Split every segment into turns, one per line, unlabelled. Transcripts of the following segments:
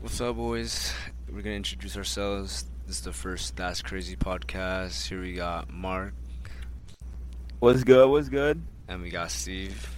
What's up, boys? We're gonna introduce ourselves. This is the first That's Crazy podcast. Here we got Mark
What's good? What's good?
and we got Steve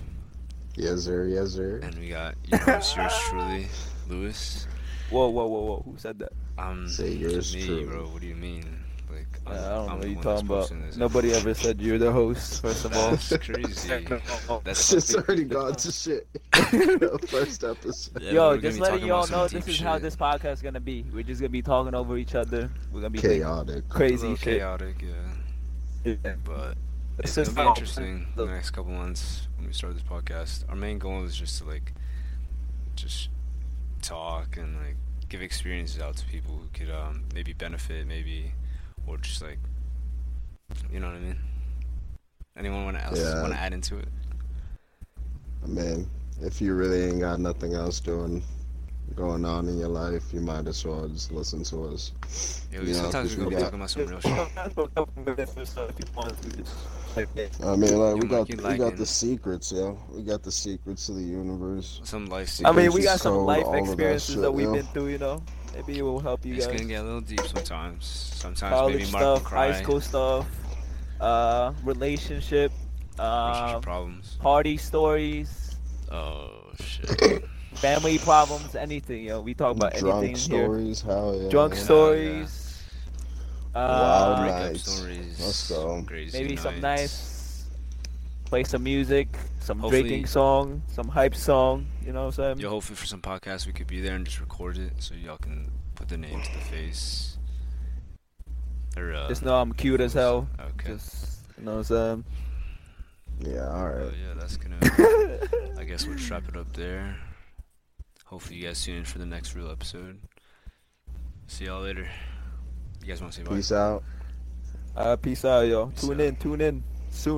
Yes, sir. Yes, sir.
and we got your host, yours truly, Lewis.
Whoa, whoa, whoa, whoa! Who said that?
Um,
Say yours
me,
truly.
bro. What do you mean? Like,
I don't know
I'm
what
the one
you're
that's
talking about.
posting this.
Nobody ever said you're the host. First of all,
That's crazy. That's
Shit's already gone to shit. the first episode.
Yeah, we're
yo,
gonna
just
be
letting
talking
y'all
about some
know
deep
this is how
shit.
this podcast is gonna be. We're just gonna be talking over each other. We're gonna be thinking
Chaotic.
A
crazy
little
shit.
chaotic, yeah.
Yeah.
But
This
it's
is
gonna be
how-
interesting in the next couple months when we start this podcast. Our main goal is just to like, just talk and like give experiences out to people who could um maybe benefit, maybe, or just like, you know what I mean. Anyone want to else
Yeah.
want to add into it?
Man, if you really ain't got nothing else doing going on in your life, you might as well just listen to us.
Yeah,
Yeah,
sometimes
for
we're gonna
sure.
be
Yeah.
talking about some real shit.
I mean, like
Yo,
we got
Mikey
we got
liking.
the secrets, yo. We got the secrets of the universe.
Some life.
I
secrets.
mean, we got
Just
some
cold,
life
all of that
experiences
shit,
that we've
yo.
been through. You know, maybe it will help you
it's gonna
guys.
get a little deep sometimes. Sometimes
College
maybe Mark will
stuff,
cry.
high school stuff, uh, relationship,
relationship
um,
problems.
party stories,
Oh shit.
family problems, anything. Yo, we talk about
Drunk
anything here.
stories, how yeah.
Drunk
yeah.
stories.
Wild
Uh,
night.
Breakup
Nice.
stories.
Let's go.
Crazy
maybe some
nights.
nice. Play some music, some
Hopefully-
drinking song, some hype song. You know what I'm saying?
Yo, hopefully for some podcasts we could be there and just record it so y'all can put the names to the face. Or, uh,
Just know I'm cute as hell.
Okay.
Just you know what I'm
Yeah, all
Oh,
right.
yeah, that's gonna.
saying.
I guess we'll just wrap it up there. Hopefully you guys tune in for the next real episode. See y'all later. You guys want to say bye?
Peace out.
uh, peace out, yo.
Peace
Tune
out.
in, tune in soon.